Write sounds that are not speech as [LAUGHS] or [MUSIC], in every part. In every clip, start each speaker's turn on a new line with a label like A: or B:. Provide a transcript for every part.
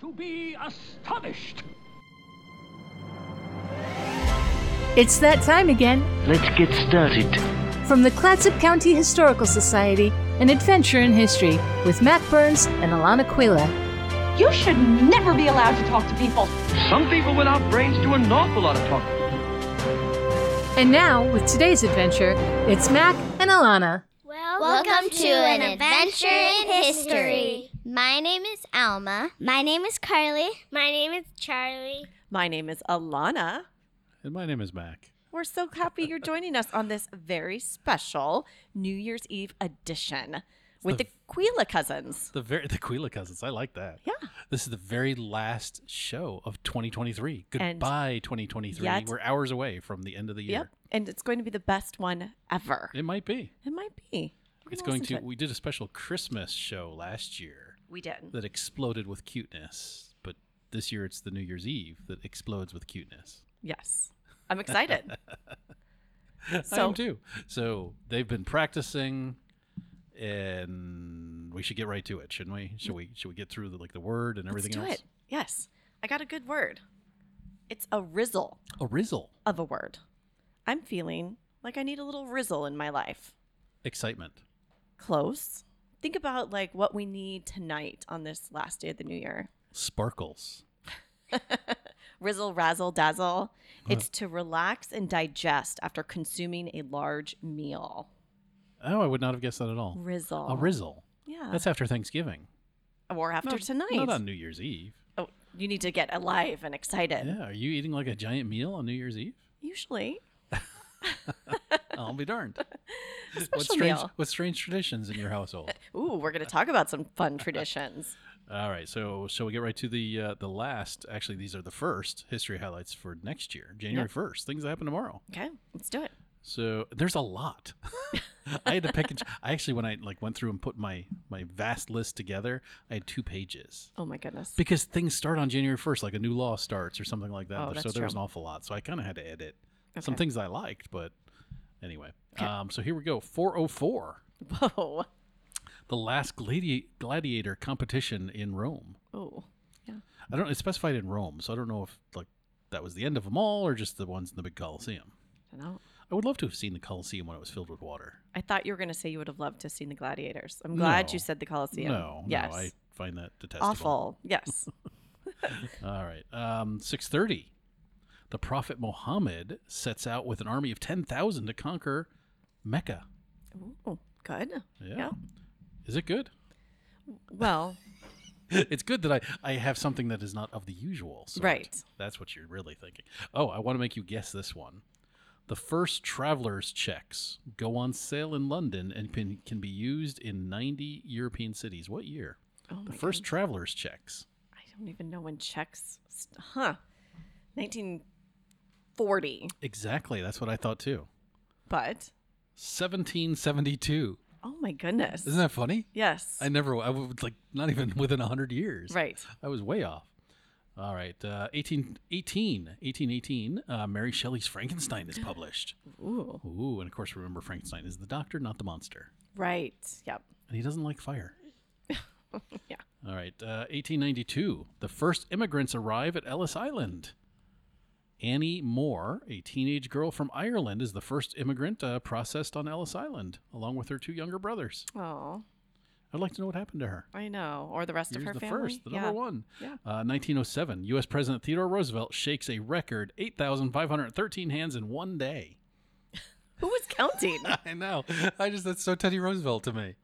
A: to be astonished.
B: It's that time again.
C: Let's get started.
B: From the Clatsop County Historical Society, an adventure in history with Matt Burns and Alana Quila.
D: You should never be allowed to talk to people.
E: Some people without brains do an awful lot of talking.
B: And now, with today's adventure, it's Mac and Alana.
F: Welcome to an adventure in history. My name is Alma. My name is Carly. My name is Charlie.
G: My name is Alana.
H: And my name is Mac.
G: We're so happy you're joining us on this very special New Year's Eve edition with the,
H: the-
G: Quila cousins.
H: The very the Quila cousins. I like that.
G: Yeah.
H: This is the very last show of 2023.
G: And
H: Goodbye, 2023.
G: yet-
H: We're hours away from the end of the year.
G: Yep. And it's going to be the best one ever.
H: It might be.
G: It might be. We're
H: It's
G: gonna
H: going
G: listen
H: to. We did a special Christmas show last year
G: We did.
H: that exploded with cuteness, but this year it's the New Year's Eve that explodes with cuteness.
G: Yes. I'm
H: [LAUGHS]
G: excited.
H: I
G: so
H: am too. So they've been practicing, and we should get right to it, shouldn't we? Should we? Should we get through the, like the word and everything
G: let's do
H: else?
G: it. Yes. I got a good word. It's a rizzle
H: A rizzle,
G: of a word. I'm feeling like I need a little rizzle in my life.
H: excitement.
G: Close. Think about like what we need tonight on this last day of the new year.
H: Sparkles.
G: Rizzle, razzle, dazzle. It's to relax and digest after consuming a large meal.
H: Oh, I would not have guessed that at all.
G: Rizzle.
H: A rizzle.
G: Yeah.
H: That's after Thanksgiving.
G: or after
H: Not-
G: tonight.
H: Not on New Year's Eve.
G: oh, you need to get alive and excited.
H: Yeah. Are you eating like a giant meal on New Year's
G: [LAUGHS]
H: Eve?
G: Usually.
H: I'll be darned.
G: special
H: what strange
G: meal.
H: what strange traditions in your household?
G: Ooh, we're going to talk about some fun traditions.
H: all right. So shall we get right to the uh, the last actually these are the first history highlights for next year, January first. Things that happen tomorrow.
G: Okay, let's do it.
H: So there's a lot. [LAUGHS] I had to pick and ch- I actually when I like went through and put my my vast list together, I had two pages.
G: Oh my goodness.
H: because things start on January 1st, like a new law starts or something like that.
G: Oh,
H: so
G: that's
H: there was an
G: true.
H: awful lot. So I kind of had to edit
G: Okay.
H: some things I liked, but anyway. Um, so here we go 404,
G: [LAUGHS] Whoa.
H: the last gladi- gladiator competition in Rome.
G: Oh.
H: I don't, it's specified in Rome, so I don't know if like that was the end of them all or just the ones in the big Colosseum.
G: I don't know.
H: I would love to have seen the Colosseum when it was filled with water.
G: I thought you were going to say you would have loved to have seen the gladiators. I'm glad you
H: No.
G: said the Colosseum.
H: No,
G: yes.
H: no, I find that detestable.
G: Awful. Yes.
H: All right. Um, 630. The Prophet Muhammad sets out with an army of 10,000 to conquer Mecca.
G: Ooh, Oh, good.
H: Yeah. Is it good?
G: Well,
H: it's good that I, I have something that is not of the usual. sort.
G: Right.
H: That's what you're really thinking. Oh, I want to make you guess this one. The first traveler's checks go on sale in London and can, can be used in 90 European cities. What year?
G: oh
H: the
G: my
H: first traveler's checks.
G: I don't even know when checks. st- Huh. 1940.
H: Exactly. That's what I thought too.
G: But
H: 1772.
G: oh my goodness.
H: Isn't that funny?
G: yes.
H: I never, I was like, not even [LAUGHS] within 100 years.
G: right.
H: I was way off. All right. Uh, 1818, 1818, uh, Mary Shelley's Frankenstein is published.
G: Ooh.
H: Ooh, and of course, remember Frankenstein is the doctor, not the monster.
G: Right. Yep.
H: And he doesn't like fire.
G: [LAUGHS] Yeah.
H: All right. Uh, 1892, the first immigrants arrive at Ellis Island. Annie Moore, a teenage girl from Ireland, is the first immigrant uh, processed on Ellis Island, along with her two younger brothers.
G: Oh,
H: I'd like to know what happened to her.
G: I know. Or the rest of
H: Here's
G: her
H: the
G: family.
H: first, the number
G: yeah.
H: one.
G: Yeah.
H: Uh, 1907, U.S. President Theodore Roosevelt shakes a record 8,513 hands in one day.
G: Who was counting
H: [LAUGHS] I know. I just that's so Teddy Roosevelt to me.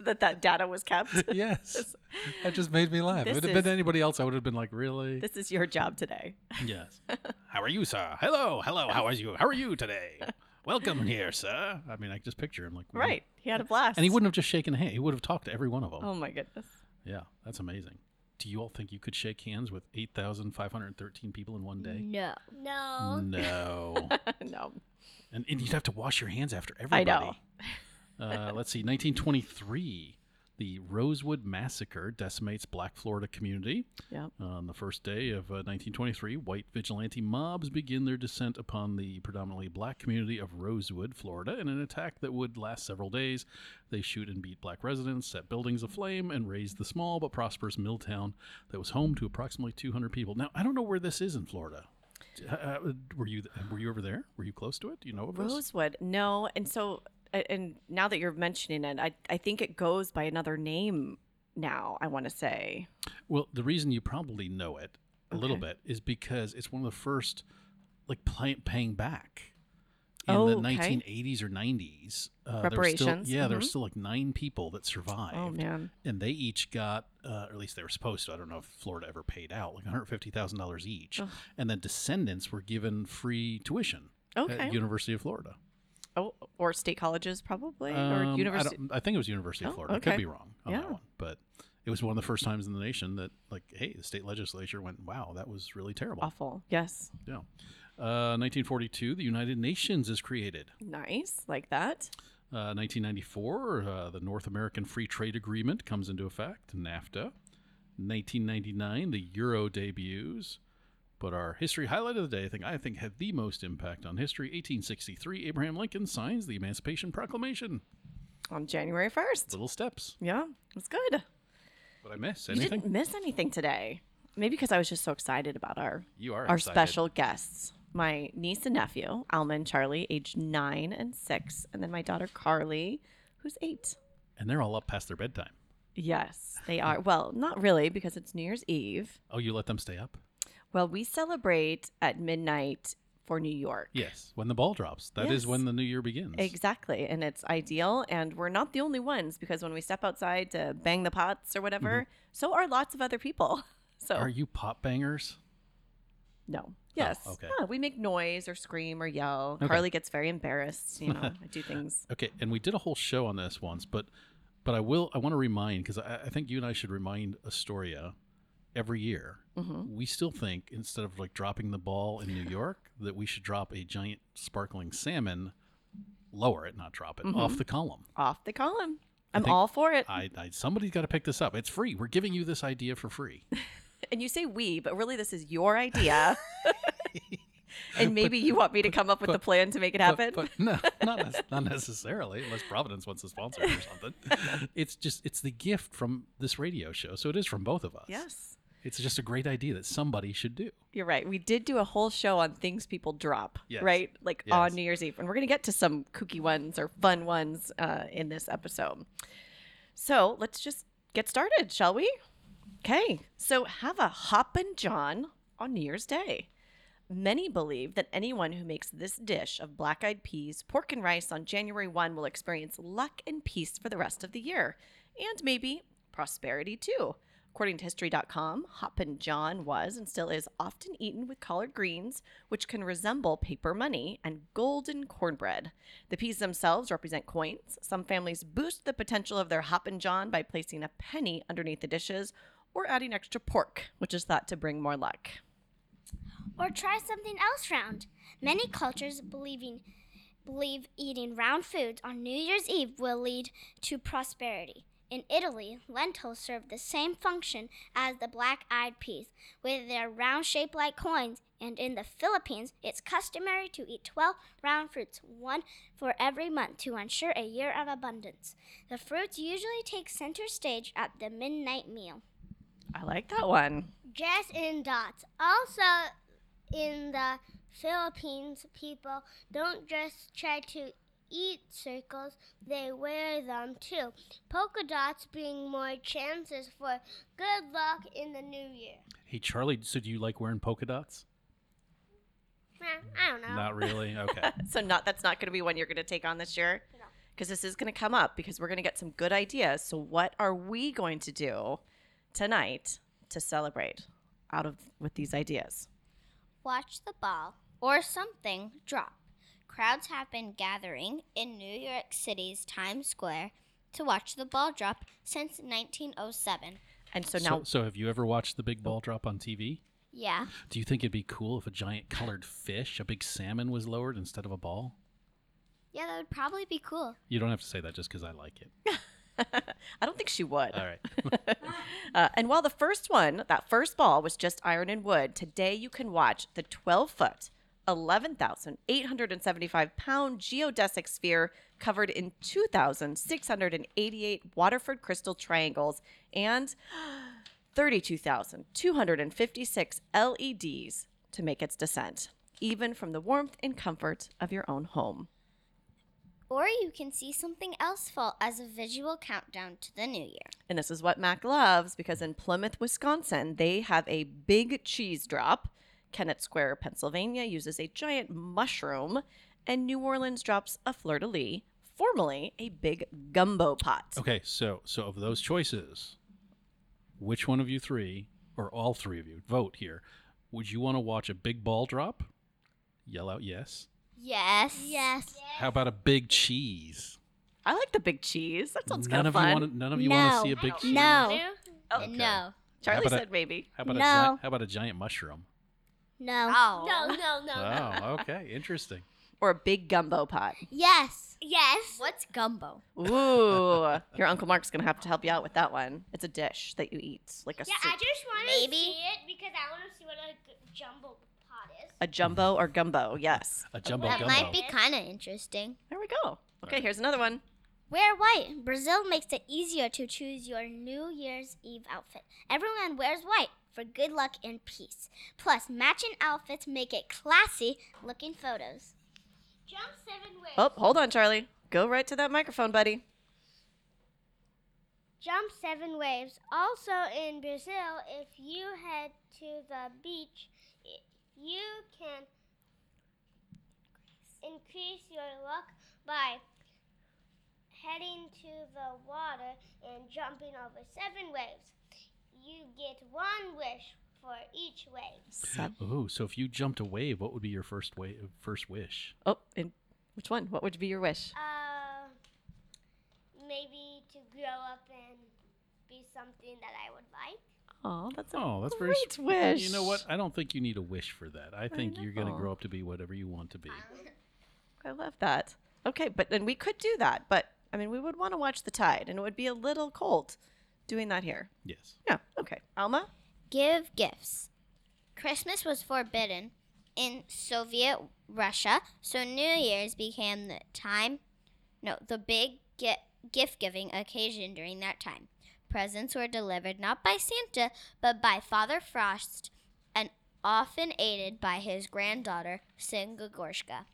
G: that that data was
H: [LAUGHS]
G: kept?
H: Yes, that just made me laugh.
G: This
H: If it had
G: is-
H: been anybody else, I would have been like,
G: [LAUGHS]
H: really?
G: this is your job today.
H: [LAUGHS]
G: [LAUGHS]
H: Yes. how are you, sir? Hello, hello. How are you? How are you
G: [LAUGHS]
H: today? Welcome here, sir. I mean, I just picture him like wow.
G: Right. He had a blast.
H: and he wouldn't have just shaken a hand. He would have talked to every one of them.
G: Oh my goodness. [LAUGHS]
H: Yeah, that's amazing. Do you all think you could shake hands with 8,513 people in one day?
F: No. No.
G: [LAUGHS]
H: No.
G: no.
H: and, and you'd have to wash your hands after
G: I
H: everybody.
G: know.
H: Uh, let's see, 1923. The Rosewood Massacre decimates black Florida community.
G: Yep.
H: On the first day of uh, 1923, white vigilante mobs begin their descent upon the predominantly black community of Rosewood, Florida, in an attack that would last several days. They shoot and beat black residents, set buildings aflame, and raise the small but prosperous mill town that was home to approximately 200 people. Now, I don't know where this is in Florida. Uh, uh, were you were you over there? Were you close to it? Do you know of this?
G: Rosewood. No, and so a- and now that you're mentioning it, I I think it goes by another name now. I want to say.
H: Well, the reason you probably know it a little bit is because it's one of the first like pay- paying back in
G: Oh,
H: the
G: okay.
H: 1980s or 90s. Uh, there were still,
G: Reparations,
H: yeah, there were
G: mhm.
H: still like nine people that survived.
G: Oh man.
H: And they each got, uh, or at least they were supposed to. I don't know if Florida ever paid out like 150 thousand dollars each, and then descendants were given free tuition
G: Okay.
H: at University of Florida.
G: Oh, or state colleges probably
H: Um,
G: or
H: I
G: university.
H: don't- I, think it was University of
G: Oh,
H: Florida. I
G: okay.
H: could be wrong on
G: Yeah.
H: that one, but it was one of the first times in the nation that, like, hey, the state legislature went, "Wow, that was really terrible."
G: Awful. Yes.
H: Yeah. Uh, 1942, the United Nations is created.
G: Nice. Like that.
H: Uh, 1994, uh, the North American Free Trade Agreement comes into effect, NAFTA. 1999, the Euro debuts. But our history highlight of the day, I think, I think had the most impact on history. 1863, Abraham Lincoln signs the Emancipation Proclamation.
G: On January 1st.
H: Little steps.
G: Yeah. It's good.
H: What I miss?
G: You didn't
H: Anything?
G: miss anything today. Maybe because I was just so excited about our
H: You are
G: our
H: excited.
G: special guests. My niece and nephew, Alma and Charlie, aged nine and six, and then my daughter Carly, who's eight.
H: And they're all up past their bedtime.
G: Yes, they are. Well, not really, because it's New Year's Eve.
H: Oh, you let them stay up?
G: Well, we celebrate at midnight for New York.
H: Yes. When the ball drops, that is
G: Yes.
H: when the new year begins.
G: Exactly. And it's ideal. And we're not the only ones because when we step outside to bang the pots or whatever, so are lots of other people. [LAUGHS] So,
H: Mm-hmm. Are you pop bangers?
G: no. Yes.
H: okay.
G: Yeah, we make noise or scream or yell.
H: Okay.
G: Carly gets very embarrassed. You know,
H: [LAUGHS]
G: I do things.
H: Okay, and we did a whole show on this once, but but I will I want to remind because I, I think you and I should remind Astoria every year.
G: Mm-hmm.
H: We still think instead of like dropping the ball in New York [LAUGHS] that we should drop a giant sparkling salmon, lower it, not drop
G: Mm-hmm.
H: it off the column.
G: Off the column. I'm
H: think
G: all for it.
H: I, I somebody's got to pick this up. It's free. We're giving you this idea for free.
G: and you say we, but really this is
H: [LAUGHS]
G: your idea. and maybe you want me to come up with the plan to make it happen.
H: But, but no, [LAUGHS] not, nec- not necessarily, unless Providence wants to sponsor it or something. it's just it's the gift from this radio show, so it is from both of us.
G: yes.
H: It's just a great idea that somebody should do.
G: You're right. We did do a whole show on things people drop,
H: Yes.
G: right? Like on
H: Yes.
G: New Year's Eve. And we're going to get to some kooky ones or fun ones uh, in this episode. So let's just get started, shall we? Okay. So have a hoppin' John on New Year's Day. Many believe that anyone who makes this dish of black eyed peas, pork, and rice on January 1 will experience luck and peace for the rest of the year, and maybe prosperity too. According to History.com, Hoppin' John was and still is often eaten with collard greens, which can resemble paper money, and golden cornbread. The peas themselves represent coins. Some families boost the potential of their Hoppin' John by placing a penny underneath the dishes or adding extra pork, which is thought to bring more luck.
F: Or try something else round. Many cultures believing believe eating round foods on New Year's Eve will lead to prosperity. In Italy, lentils serve the same function as the black-eyed peas, with their round shape like coins, and in the Philippines, it's customary to eat 12 round fruits, one for every month to ensure a year of abundance. The fruits usually take center stage at the midnight meal.
G: I like that one.
F: Just in dots. Also, in the Philippines, people don't just try to eat circles, they wear them too. Polka dots being more chances for good luck in the new year.
H: Hey, Charlie, so do you like wearing polka dots?
F: Eh, I don't know.
H: Not really. Okay.
G: So not that's not going to be one you're going to take on this year. Because this is going to come up because we're going to get some good ideas. So what are we going to do tonight to celebrate out of with these ideas?
F: Watch the ball or something drop. Crowds have been gathering in New York City's Times Square to watch the ball drop since 1907.
G: And so
H: so,
G: now
H: so have you ever watched the big ball drop on TV?
F: Yeah.
H: Do you think it'd be cool if a giant colored fish, a big salmon, was lowered instead of a ball?
F: Yeah, that would probably be cool.
H: You don't have to say that just because I like it.
G: I don't think she would.
H: All right.
G: [LAUGHS] Uh, and while the first one, that first ball, was just iron and wood, today you can watch the 12 foot, 11,875 pound geodesic sphere covered in 2,688 Waterford crystal triangles and [GASPS] 32,256 LEDs E to make its descent, even from the warmth and comfort of your own home.
F: Or you can see something else fall as a visual countdown to the new year.
G: And this is what Mac loves because in Plymouth, Wisconsin, they have a big cheese drop. Kennett Square, Pennsylvania uses a giant mushroom. And New Orleans drops a fleur de lis, formerly a big gumbo pot.
H: Okay, so so of those choices, which one of you three, or all three of you, vote here? Would you want to watch a big ball drop? Yell out yes.
F: Yes. Yes.
H: How about a big cheese?
G: I like the big cheese. That sounds
H: none
G: kind
H: of
G: of fun.
H: you want to, none of you want to
F: No.
H: see a big cheese.
F: No.
H: Okay.
F: No.
G: Charlie
H: about a-
G: said maybe.
H: How about a
F: No.
H: giant, how about a giant mushroom?
F: No.
C: No,
F: [LAUGHS]
C: no, no, no.
H: Oh, [LAUGHS] okay, interesting.
G: Or a big gumbo pot.
F: Yes. Yes.
C: What's gumbo?
H: [LAUGHS]
G: Ooh. your Uncle Mark's going to have to help you out with that one. It's a dish that you eat, like a soup.
I: just want
F: Maybe.
I: it because I want to see what a g- jumbo pot is.
G: a jumbo or gumbo, yes.
H: A jumbo
I: That
F: That
H: gumbo.
F: might be kind of interesting.
G: There we go. Okay, here's another one.
F: Wear white. Brazil makes it easier to choose your New Year's Eve outfit. Everyone wears white for good luck and peace. Plus, matching outfits make it classy looking photos.
I: Jump seven ways.
G: Oh, hold on, Charlie. Go right to that microphone, buddy.
I: Jump seven waves. Also in Brazil, if you head to the beach, i- you can increase your luck by heading to the water and jumping over seven waves. You get one wish for each wave.
H: Ooh, so if you jumped a wave, what would be your first wa- first wish?
G: Oh, and which one? What would be your wish?
I: Uh, maybe to grow up and be something that I would like.
G: Oh, that's a
H: Oh, that's very
G: great
H: s-
G: wish.
H: You know what? I don't think you need a wish for that. I think you're going to
G: know.
H: grow up to be whatever you want to be.
F: Um,
G: I love that. Okay, but then we could do that, but I mean, we would want to watch the tide, and it would be a little cold doing that here.
H: Yes.
G: Yeah. Okay, Alma.
F: Give gifts. Christmas was forbidden in Soviet Russia, so New Year's became the time, no, the big gi- gift giving occasion during that time. Presents were delivered not by Santa, but by Father Frost, and often aided by his granddaughter, Singagorshka.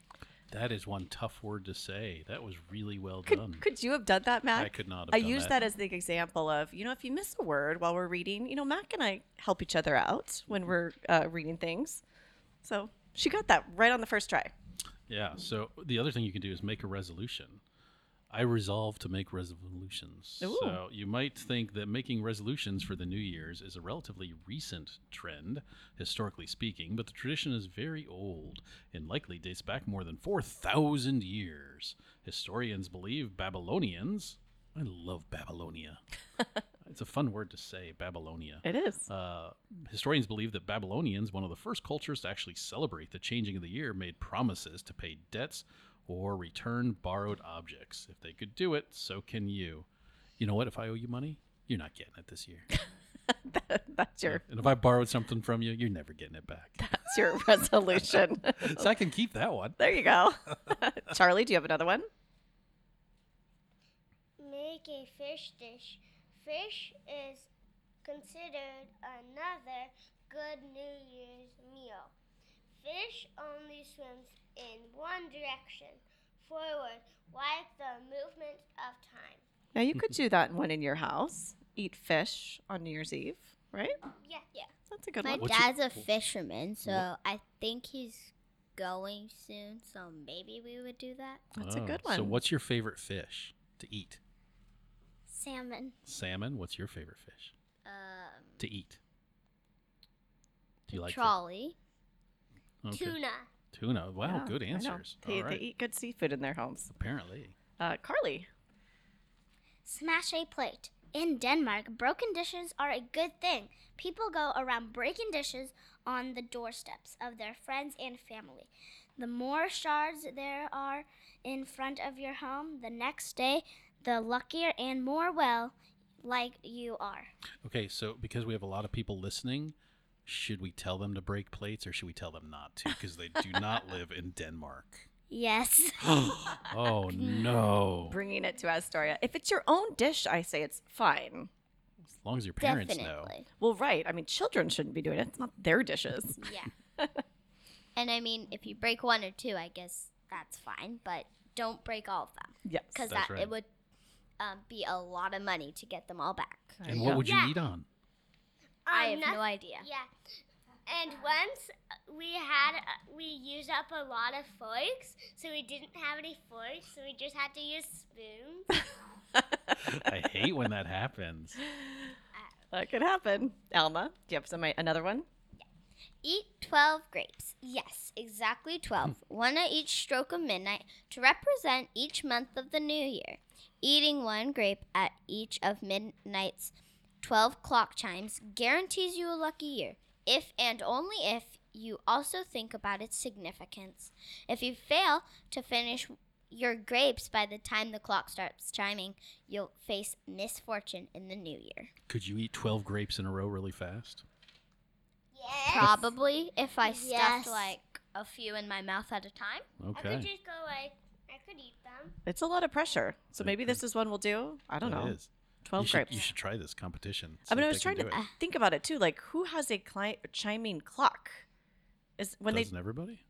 H: That is one tough word to say. That was really well
G: Could
H: done.
G: could you have done that, Mac?
H: I could not have
G: I
H: done
G: used
H: that.
G: that. as the example of you know if you miss a word while we're reading, you know Mac and I help each other out when we're uh, reading things, so she got that right on the first try.
H: Yeah. So the other thing you can do is make a resolution. I resolve to make resolutions. So you might think that making resolutions for the New Year's is a relatively recent trend, historically speaking, but the tradition is very old and likely dates back more than 4,000 years. Historians believe Babylonians. I love
G: [LAUGHS]
H: Babylonia. it's a fun word to say, Babylonia.
G: It is. [LAUGHS]
H: Uh, historians believe that Babylonians, one of the first cultures to actually celebrate the changing of the year, made promises to pay debts or return borrowed objects. If they could do it, so can you. You know what? If I owe you money, you're not getting it this
G: [LAUGHS]
H: year.
G: that's [LAUGHS] your
H: and if I borrowed something from you, you're never getting it back.
G: that's your resolution. [LAUGHS]
H: so I can keep that one.
G: there you go. [LAUGHS] Charlie, do you have another one?
I: Make a fish dish. Fish is considered another good New Year's meal. Fish only swims in one direction, forward, like the movement of time.
G: Now you could do that one in your house. Eat fish on New Year's Eve, right?
I: Yeah, yeah.
G: That's a good
F: My
G: one.
H: What's your-
F: dad's a fisherman, so I think he's going soon, so maybe we would do that.
G: That's a
H: Oh,
G: good one.
H: So what's your favorite fish to eat?
F: Salmon.
H: Salmon. What's your favorite fish
F: Um,
H: to eat? Do you like fi-
F: trolley.
H: okay.
I: Tuna.
H: Tuna. Wow,
G: Yeah,
H: good
G: I know.
H: answers. All
G: They, they
H: right.
G: eat good seafood in their homes.
H: Apparently.
G: Uh, Carly,
F: Smash a plate. In Denmark, broken dishes are a good thing. People go around breaking dishes on the doorsteps of their friends and family. The more shards there are in front of your home, the next day, the luckier and more well like you are.
H: Okay, so because we have a lot of people listening, should we tell them to break plates or should we tell them not to? Because they do not live in Denmark.
F: Yes.
H: Oh no! As
G: Bringing it to Astoria. If it's your own dish, I say it's fine.
H: long as your parents
F: definitely.
G: Well, right. I mean, children shouldn't be doing it. It's not their [LAUGHS] dishes.
F: Yeah.
H: [LAUGHS]
F: and I mean, if you break one or two, I guess that's fine, but don't break all of them
G: Yes.
F: because
H: That's
F: that
H: right.
F: it would um, be a lot of money to get them all back.
H: know. And what would you
I: Yeah.
H: eat
G: [LAUGHS]
H: on?
F: I
I: Um,
F: have
I: noth-
F: no idea.
I: Yeah. And once we had, we used up a lot of forks, so we didn't have any forks, so we just had to use spoons.
H: I hate when that happens.
G: That could happen. Alma, do you have some uh, another one?
F: Eat 12 grapes. Yes, exactly 12. one at each stroke of midnight to represent each month of the new year. Eating one grape at each of midnight's 12 clock chimes guarantees you a lucky year, if and only if you also think about its significance. If you fail to finish your grapes by the time the clock starts chiming, you'll face misfortune in the new year.
H: Could you eat twelve grapes in a row really fast?
I: Yes.
F: Probably if I
I: Yes.
F: stuffed like a few in my mouth at a time.
I: I could
H: Okay,
I: just go like, I could eat them.
G: It's a lot of pressure. So maybe this is one we'll do. I don't know.
H: It is. You
G: 12
H: should,
G: grapes.
H: you should try this competition.
G: I mean,
H: See
G: I
H: if
G: was
H: they
G: trying
H: can
G: to uh,
H: do it.
G: think about it too. Like, who has a cli- chiming clock? Is when
H: Doesn't
G: they
H: everybody?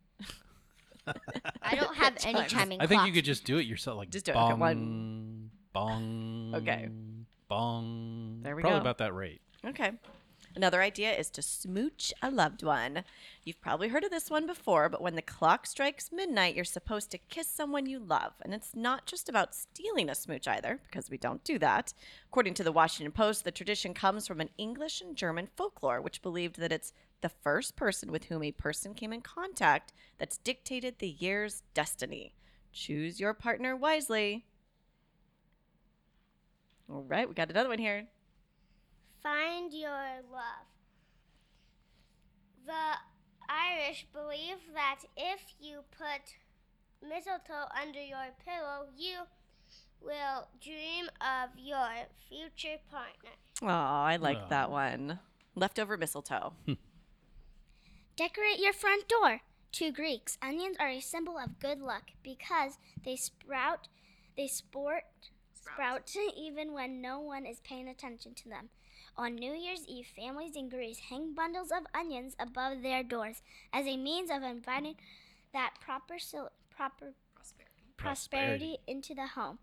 F: I don't
H: [LAUGHS]
F: have any
G: Times.
F: chiming
H: I think you
F: clocks.
H: could just do it yourself. Like
G: Just do it.
H: Bong,
G: Okay, one.
H: Bong.
G: Okay.
H: Bong.
G: There we
H: Probably
G: go.
H: about that rate.
G: Okay. Another idea is to smooch a loved one. You've probably heard of this one before, but when the clock strikes midnight, you're supposed to kiss someone you love. And it's not just about stealing a smooch either, because we don't do that. According to the Washington Post, the tradition comes from an English and German folklore, which believed that it's the first person with whom a person came in contact that's dictated the year's destiny. Choose your partner wisely. All right, we got another one here.
I: Find your love. The Irish believe that if you put mistletoe under your pillow, you will dream of your future partner.
G: Oh, I like
H: Oh.
G: that one. Leftover
H: [LAUGHS]
G: mistletoe.
F: Decorate your front door. To Greeks, onions are a symbol of good luck because they sprout, they sport, sprout, [LAUGHS] even when no one is paying attention to them. On New Year's Eve, families in Greece hang bundles of onions above their doors as a means of inviting that proper sil- proper prosperity into the home.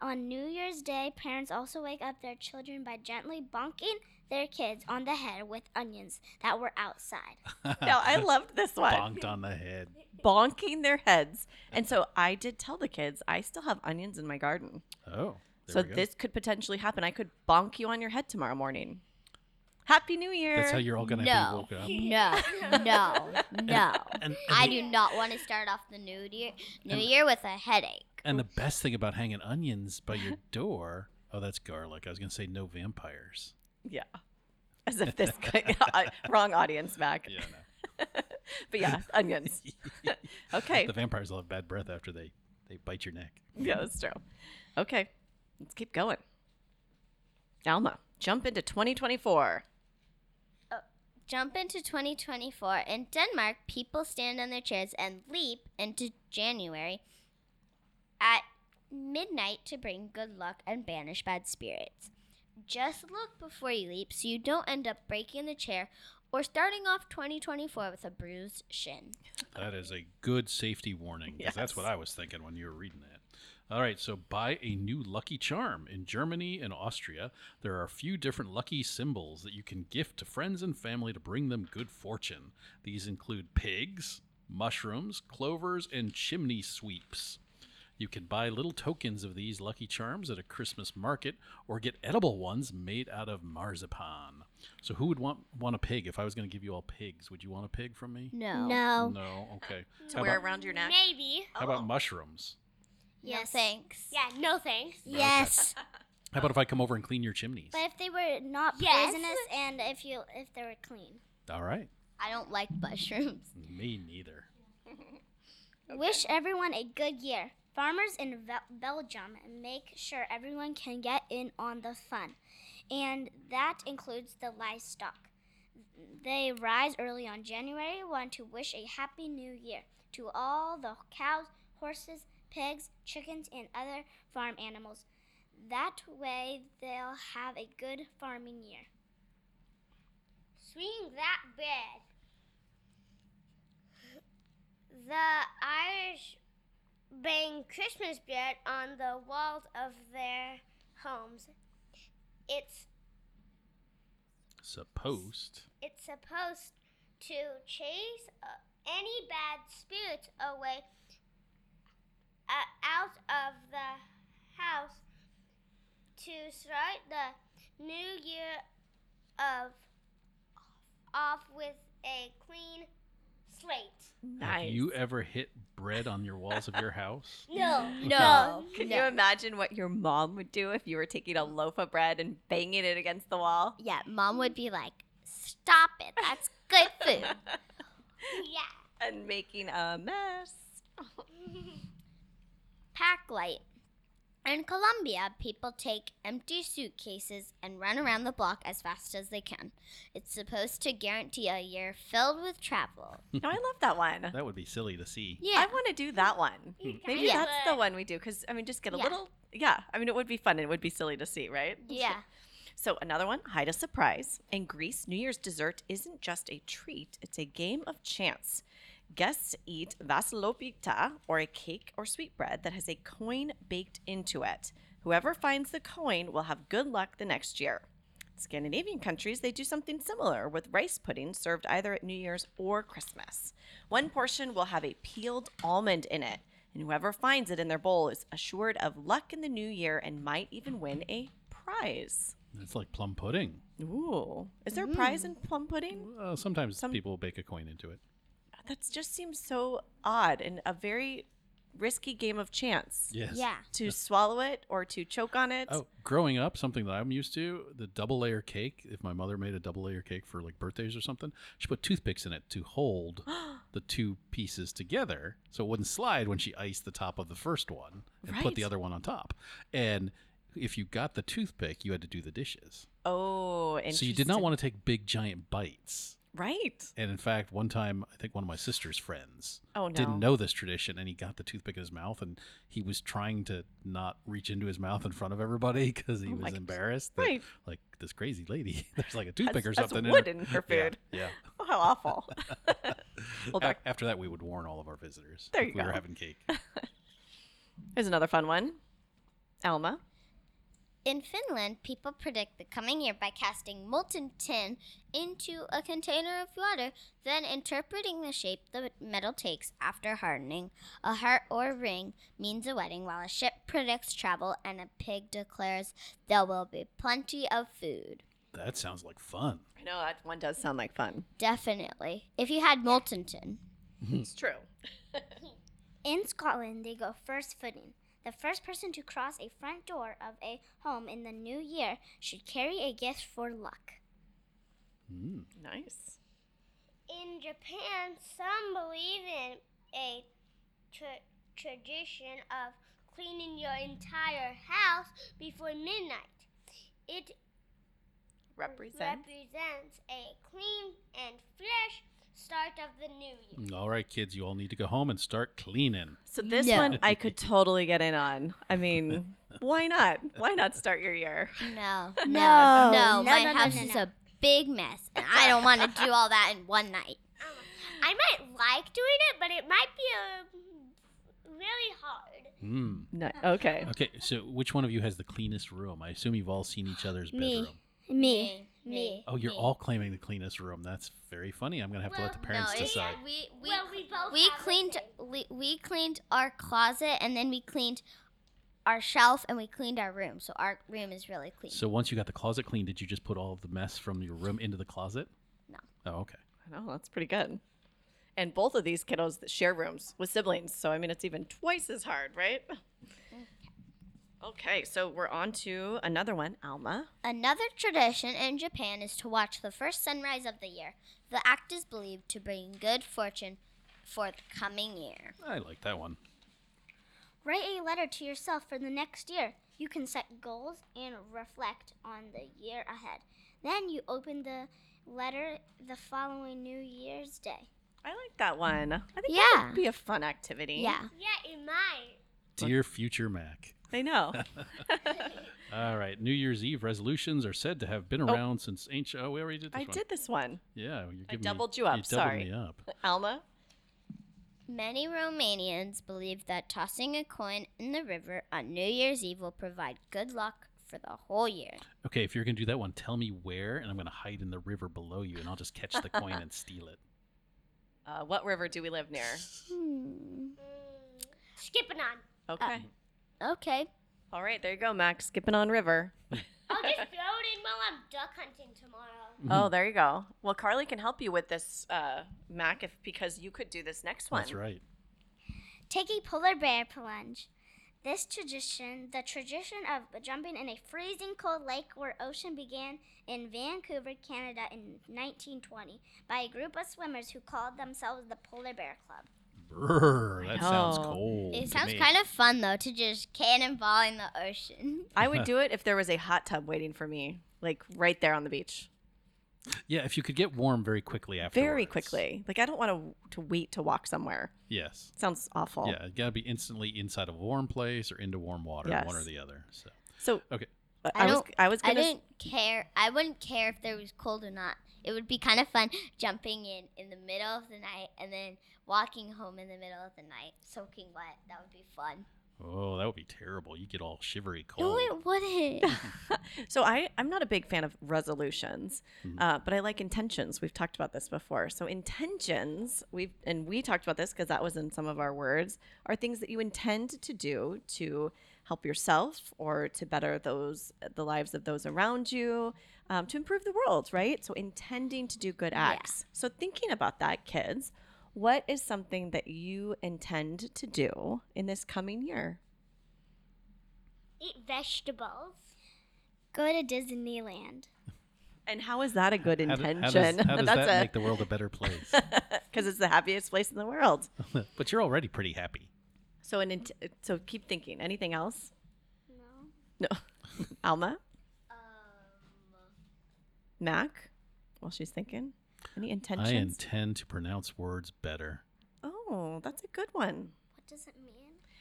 F: On New Year's Day, parents also wake up their children by gently bonking their kids on the head with onions that were outside.
H: [LAUGHS]
G: no, I loved this one.
H: Bonked on the head.
G: Bonking their heads. And so I did tell the kids I still have onions in my garden.
H: Oh. There
G: so
H: we go.
G: this could potentially happen. I could bonk you on your head tomorrow morning. Happy New Year.
H: That's how you're all gonna be
F: No,
H: woken [LAUGHS] up.
F: no, no, no.
H: And,
F: I
H: and,
F: do not want to start off the new year, new year with a headache.
H: and the best thing about hanging onions by
F: [LAUGHS]
H: your door. Oh, that's garlic. I was gonna say no vampires.
G: yeah. As if this could, [LAUGHS] wrong audience, Mac.
H: Yeah, no.
G: [LAUGHS] But yeah,
H: [LAUGHS]
G: onions. [LAUGHS] okay.
H: The vampires will have bad breath after they they bite your neck.
G: Yeah, that's true. Okay, let's keep going. Alma, jump into 2024.
F: Jump into 2024. In Denmark, people stand on their chairs and leap into January at midnight to bring good luck and banish bad spirits. Just look before you leap so you don't end up breaking the chair or starting off 2024 with a bruised shin.
H: That is a good safety warning because that's what
G: Yes.
H: I was thinking when you were reading that. All right, so buy a new lucky charm. In Germany and Austria, there are a few different lucky symbols that you can gift to friends and family to bring them good fortune. These include pigs, mushrooms, clovers, and chimney sweeps. You can buy little tokens of these lucky charms at a Christmas market or get edible ones made out of marzipan. So who would want want a pig if I was going to give you all pigs? Would you want a pig from me?
F: No.
I: No.
H: No, okay.
G: Oh. To
H: How
G: wear
H: about,
G: around your neck.
I: Maybe.
H: how about mushrooms?
F: Yes. thanks.
I: Yeah, no thanks.
F: Yes.
H: How about if I come over and clean your chimneys?
F: if they were not
I: Yes.
F: and if you if they were clean.
H: All right.
F: I don't like [LAUGHS] mushrooms.
H: Me neither.
F: Wish everyone a good year. Farmers in Vel- Belgium make sure everyone can get in on the fun, and that includes the livestock. They rise early on January 1 to wish a happy new year to all the cows, horses, pigs, chickens, and other farm animals. That way, they'll have a good farming year.
I: Swing that bed. The Irish bang Christmas bread on the walls of their homes. It's
H: Supposed.
I: it's supposed to chase uh, any bad spirits away uh, out of the house to start the new year of off with a clean slate.
H: Have
G: Nice.
H: you ever hit bread on your walls of your house?
I: No,
G: No. Can
C: No.
G: you imagine what your mom would do if you were taking a loaf of bread and banging it against the wall?
F: Yeah, mom would be like, stop it. That's good food.
I: yeah.
G: And making a mess.
F: Pack light. In Colombia, people take empty suitcases and run around the block as fast as they can. It's supposed to guarantee a year filled with travel.
G: No, I love that one.
H: That would be silly to see.
G: Hmm. I want to do that one. Maybe
F: Yeah.
G: that's the one we do because I mean, just get a
F: Yeah.
G: little. Yeah, I mean, it would be fun and it would be silly to see, right?
F: Yeah.
G: So another one, hide a surprise. In Greece, New Year's dessert isn't just a treat; it's a game of chance. Guests eat vasilopita, or a cake or sweetbread that has a coin baked into it. Whoever finds the coin will have good luck the next year. Scandinavian countries, they do something similar with rice pudding served either at New Year's or Christmas. One portion will have a peeled almond in it, and whoever finds it in their bowl is assured of luck in the new year and might even win a prize.
H: It's like plum pudding.
G: Ooh. Is
H: Mm.
G: there a prize in plum pudding?
H: Uh, sometimes
G: Some-
H: people bake a coin into it.
G: That just seems so odd and a very risky game of chance.
H: Yes.
F: Yeah.
G: To swallow it or to choke on it.
H: Oh, growing up, something that I'm used to, the double layer cake. If my mother made a double layer cake for like birthdays or something, she put toothpicks in it to
G: [GASPS]
H: hold the two pieces together so it wouldn't slide when she iced the top of the first one and put the
G: Right.
H: other one on top. And if you got the toothpick, you had to do the dishes.
G: Oh, interesting.
H: So you did not want to take big giant bites.
G: Right.
H: And in fact, one time, I think one of my sister's friends
G: Oh, no.
H: didn't know this tradition, and he got the toothpick in his mouth, and he was trying to not reach into his mouth in front of everybody [LAUGHS] because he
G: Oh, my
H: was
G: gosh.
H: embarrassed. That,
G: Right.
H: Like this crazy lady, [LAUGHS] there's like a toothpick or
G: has
H: something.
G: wood
H: in, [LAUGHS]
G: in
H: her
G: her
H: Yeah,
G: food.
H: Yeah.
G: Oh, how awful. [LAUGHS] well,
H: A-
G: back,
H: after that, we would warn all of our visitors.
G: There
H: if
G: you
H: we were
G: go.
H: having cake.
G: here's another fun one. Alma.
F: In Finland, people predict the coming year by casting molten tin into a container of water, then interpreting the shape the metal takes after hardening. A heart or ring means a wedding, while a ship predicts travel, and a pig declares there will be plenty of food.
H: that sounds like fun.
G: I know that one does sound like fun.
F: Definitely. If you had molten tin.
H: Hmm.
G: It's true.
F: In Scotland, they go first footing. The first person to cross a front door of a home in the new year should carry a gift for luck.
H: Mm.
G: Nice.
I: In Japan, some believe in a tra- tradition of cleaning your entire house before midnight. It
G: Represent.
I: represents a clean and fresh start of the new year.
H: All right, kids, you all need to go home and start cleaning.
G: So this
F: No.
G: one I could totally get in on.
H: [LAUGHS]
G: I mean, why not? Why not start your year?
F: [LAUGHS] No, no,
C: No,
F: no.
C: no,
F: my
C: no, no,
F: house
C: no,
F: is
C: no.
F: a big mess, and I
C: [LAUGHS]
F: don't want to do all that in one night.
I: I might like doing it, but it might be um, really hard.
H: Mm.
G: No. Okay.
H: Okay, so which one of you has the cleanest room? I assume you've all seen each other's
F: Me.
H: bedroom.
F: Me, me.
H: Oh, you're all claiming the cleanest room. That's very funny. I'm gonna have to let the parents decide.
F: we we
I: well, we both
F: we
I: have the
F: cleaned
I: same.
F: we, we cleaned our closet, and then we cleaned our shelf, and we cleaned our room. So our room is really clean.
H: So once you got the closet clean, did you just put all of the mess from your room into the closet?
F: No.
H: Oh, okay.
G: Oh, that's pretty good. And both of these kiddos share rooms with siblings, so I mean it's even twice as hard, right? Okay, so we're on to another one, Alma.
F: Another tradition in Japan is to watch the first sunrise of the year. The act is believed to bring good fortune for the coming year.
H: I like that one.
F: Write a letter to yourself for the next year. You can set goals and reflect on the year ahead. Then you open the letter the following New Year's Day.
G: I like that one. I think that
F: Yeah.
G: would be a fun activity.
F: Yeah.
I: Yeah, in mine.
H: Dear future Mac. [LAUGHS]
G: I know.
H: All right. New Year's Eve resolutions are said to have been around since ancient. Oh, we already did this
G: Oh. I
H: one.
G: did this one.
H: Yeah, you're giving
G: doubled
H: me,
G: you up,
H: You doubled
G: sorry.
H: me up.
G: Alma?
I: Many Romanians believe that tossing a coin in the river on New Year's Eve will provide good luck for the whole year.
H: Okay, if you're gonna do that one, tell me where, and I'm gonna hide in the river below you, and I'll just catch the coin
G: [LAUGHS]
H: and steal it.
G: Uh, what river do we live near?
I: Hmm. Skipping on.
G: Okay.
F: Uh. Okay.
G: All right, there you go, Max. Skipping on river.
I: I'll just throw it in while I'm duck hunting tomorrow.
H: Mm-hmm.
G: Oh, there you go. Well, Carly can help you with this, uh, Mac, if because you could do this next one.
H: That's right.
F: Take a polar bear plunge. This tradition, the tradition of jumping in a freezing cold lake or ocean, began in Vancouver, Canada in 1920 by a group of swimmers who called themselves the Polar Bear Club.
H: Brrr, that sounds
G: know.
H: cold.
I: It sounds kind of fun though to just cannonball in the [LAUGHS] ocean.
G: I would do it if there was a hot tub waiting for me, like right there on the beach,
H: Yeah, if you could get warm very quickly after.
G: very quickly. Like I don't want to to wait to walk somewhere.
H: Yes.
G: Sounds awful.
H: Yeah, it gotta be instantly inside a warm place or into warm water, one or
G: Yes.
H: the other. So
G: So
H: okay.
G: I,
I: I
G: was
I: don't-
G: I was
I: I
G: gonna.
I: didn't care. I wouldn't care if there was cold or not. It would be kind of fun jumping in in the middle of the night and then walking home in the middle of the night, soaking wet. That would be fun.
H: Oh, that would be terrible. You get all shivery
I: No,
H: cold.
I: it wouldn't.
G: So I, I'm not a big fan of resolutions,
H: Mm-hmm.
G: uh, but I like intentions. We've talked about this before. So intentions, we've and we talked about this because that was in some of our words, are things that you intend to do to help yourself or to better those the lives of those around you, um, to improve the world, right? So intending to do good acts. So thinking about that, kids, what is something that you intend to do in this coming year?
I: Eat vegetables.
F: Go to Disneyland.
G: And how is that a good
H: How do-
G: intention?
H: How does,
G: [LAUGHS]
H: how does
G: That's
H: that
G: a-
H: make the world a better
G: [LAUGHS]
H: place? [LAUGHS]
G: because it's the happiest place in the world.
H: but you're already pretty happy.
G: So an int- so keep thinking. Anything else? No. [LAUGHS] No. Alma. Mac. While she's thinking, any
H: I
G: intentions?
H: intend to pronounce words better.
G: oh, that's a good one.
F: What does it mean?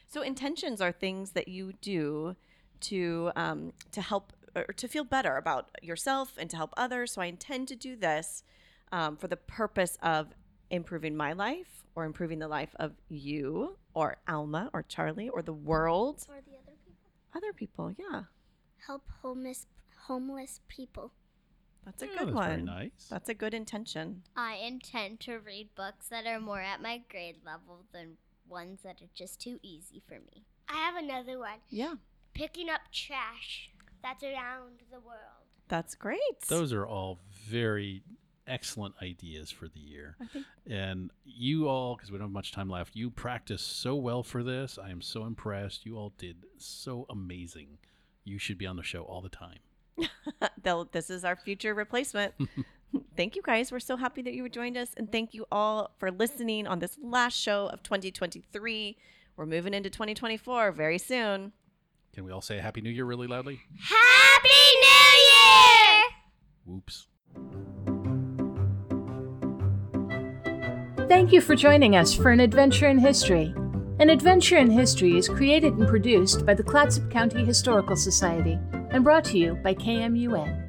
G: So intentions are things that you do to um, to help or to feel better about yourself and to help others. So I intend to do this um, for the purpose of improving my life or improving the life of you or Alma or Charlie or the world.
F: Or the other people?
G: Other people, yeah.
F: Help homeless homeless people.
G: That's a
H: Yeah,
G: good
H: Oh, that's
G: one.
H: very nice.
G: That's a good intention.
I: I intend to read books that are more at my grade level than ones that are just too easy for me.
F: I have another one.
G: Yeah.
F: Picking up trash that's around the world.
G: That's great.
H: Those are all very excellent ideas for the year.
G: I think
H: And you all, because we don't have much time left, you practiced so well for this. I am so impressed. You all did so amazing. You should be on the show all the time.
G: [LAUGHS] they'll, this is our future replacement. thank you guys. We're so happy that you joined us. And thank you all for listening on this last show of 2023. We're moving into 2024 very soon.
H: Can we all say Happy New Year really loudly?
I: Happy New Year!
H: Whoops.
B: Thank you for joining us for an adventure in history. An adventure in history is created and produced by the Clatsop County Historical Society and brought to you by KMUN.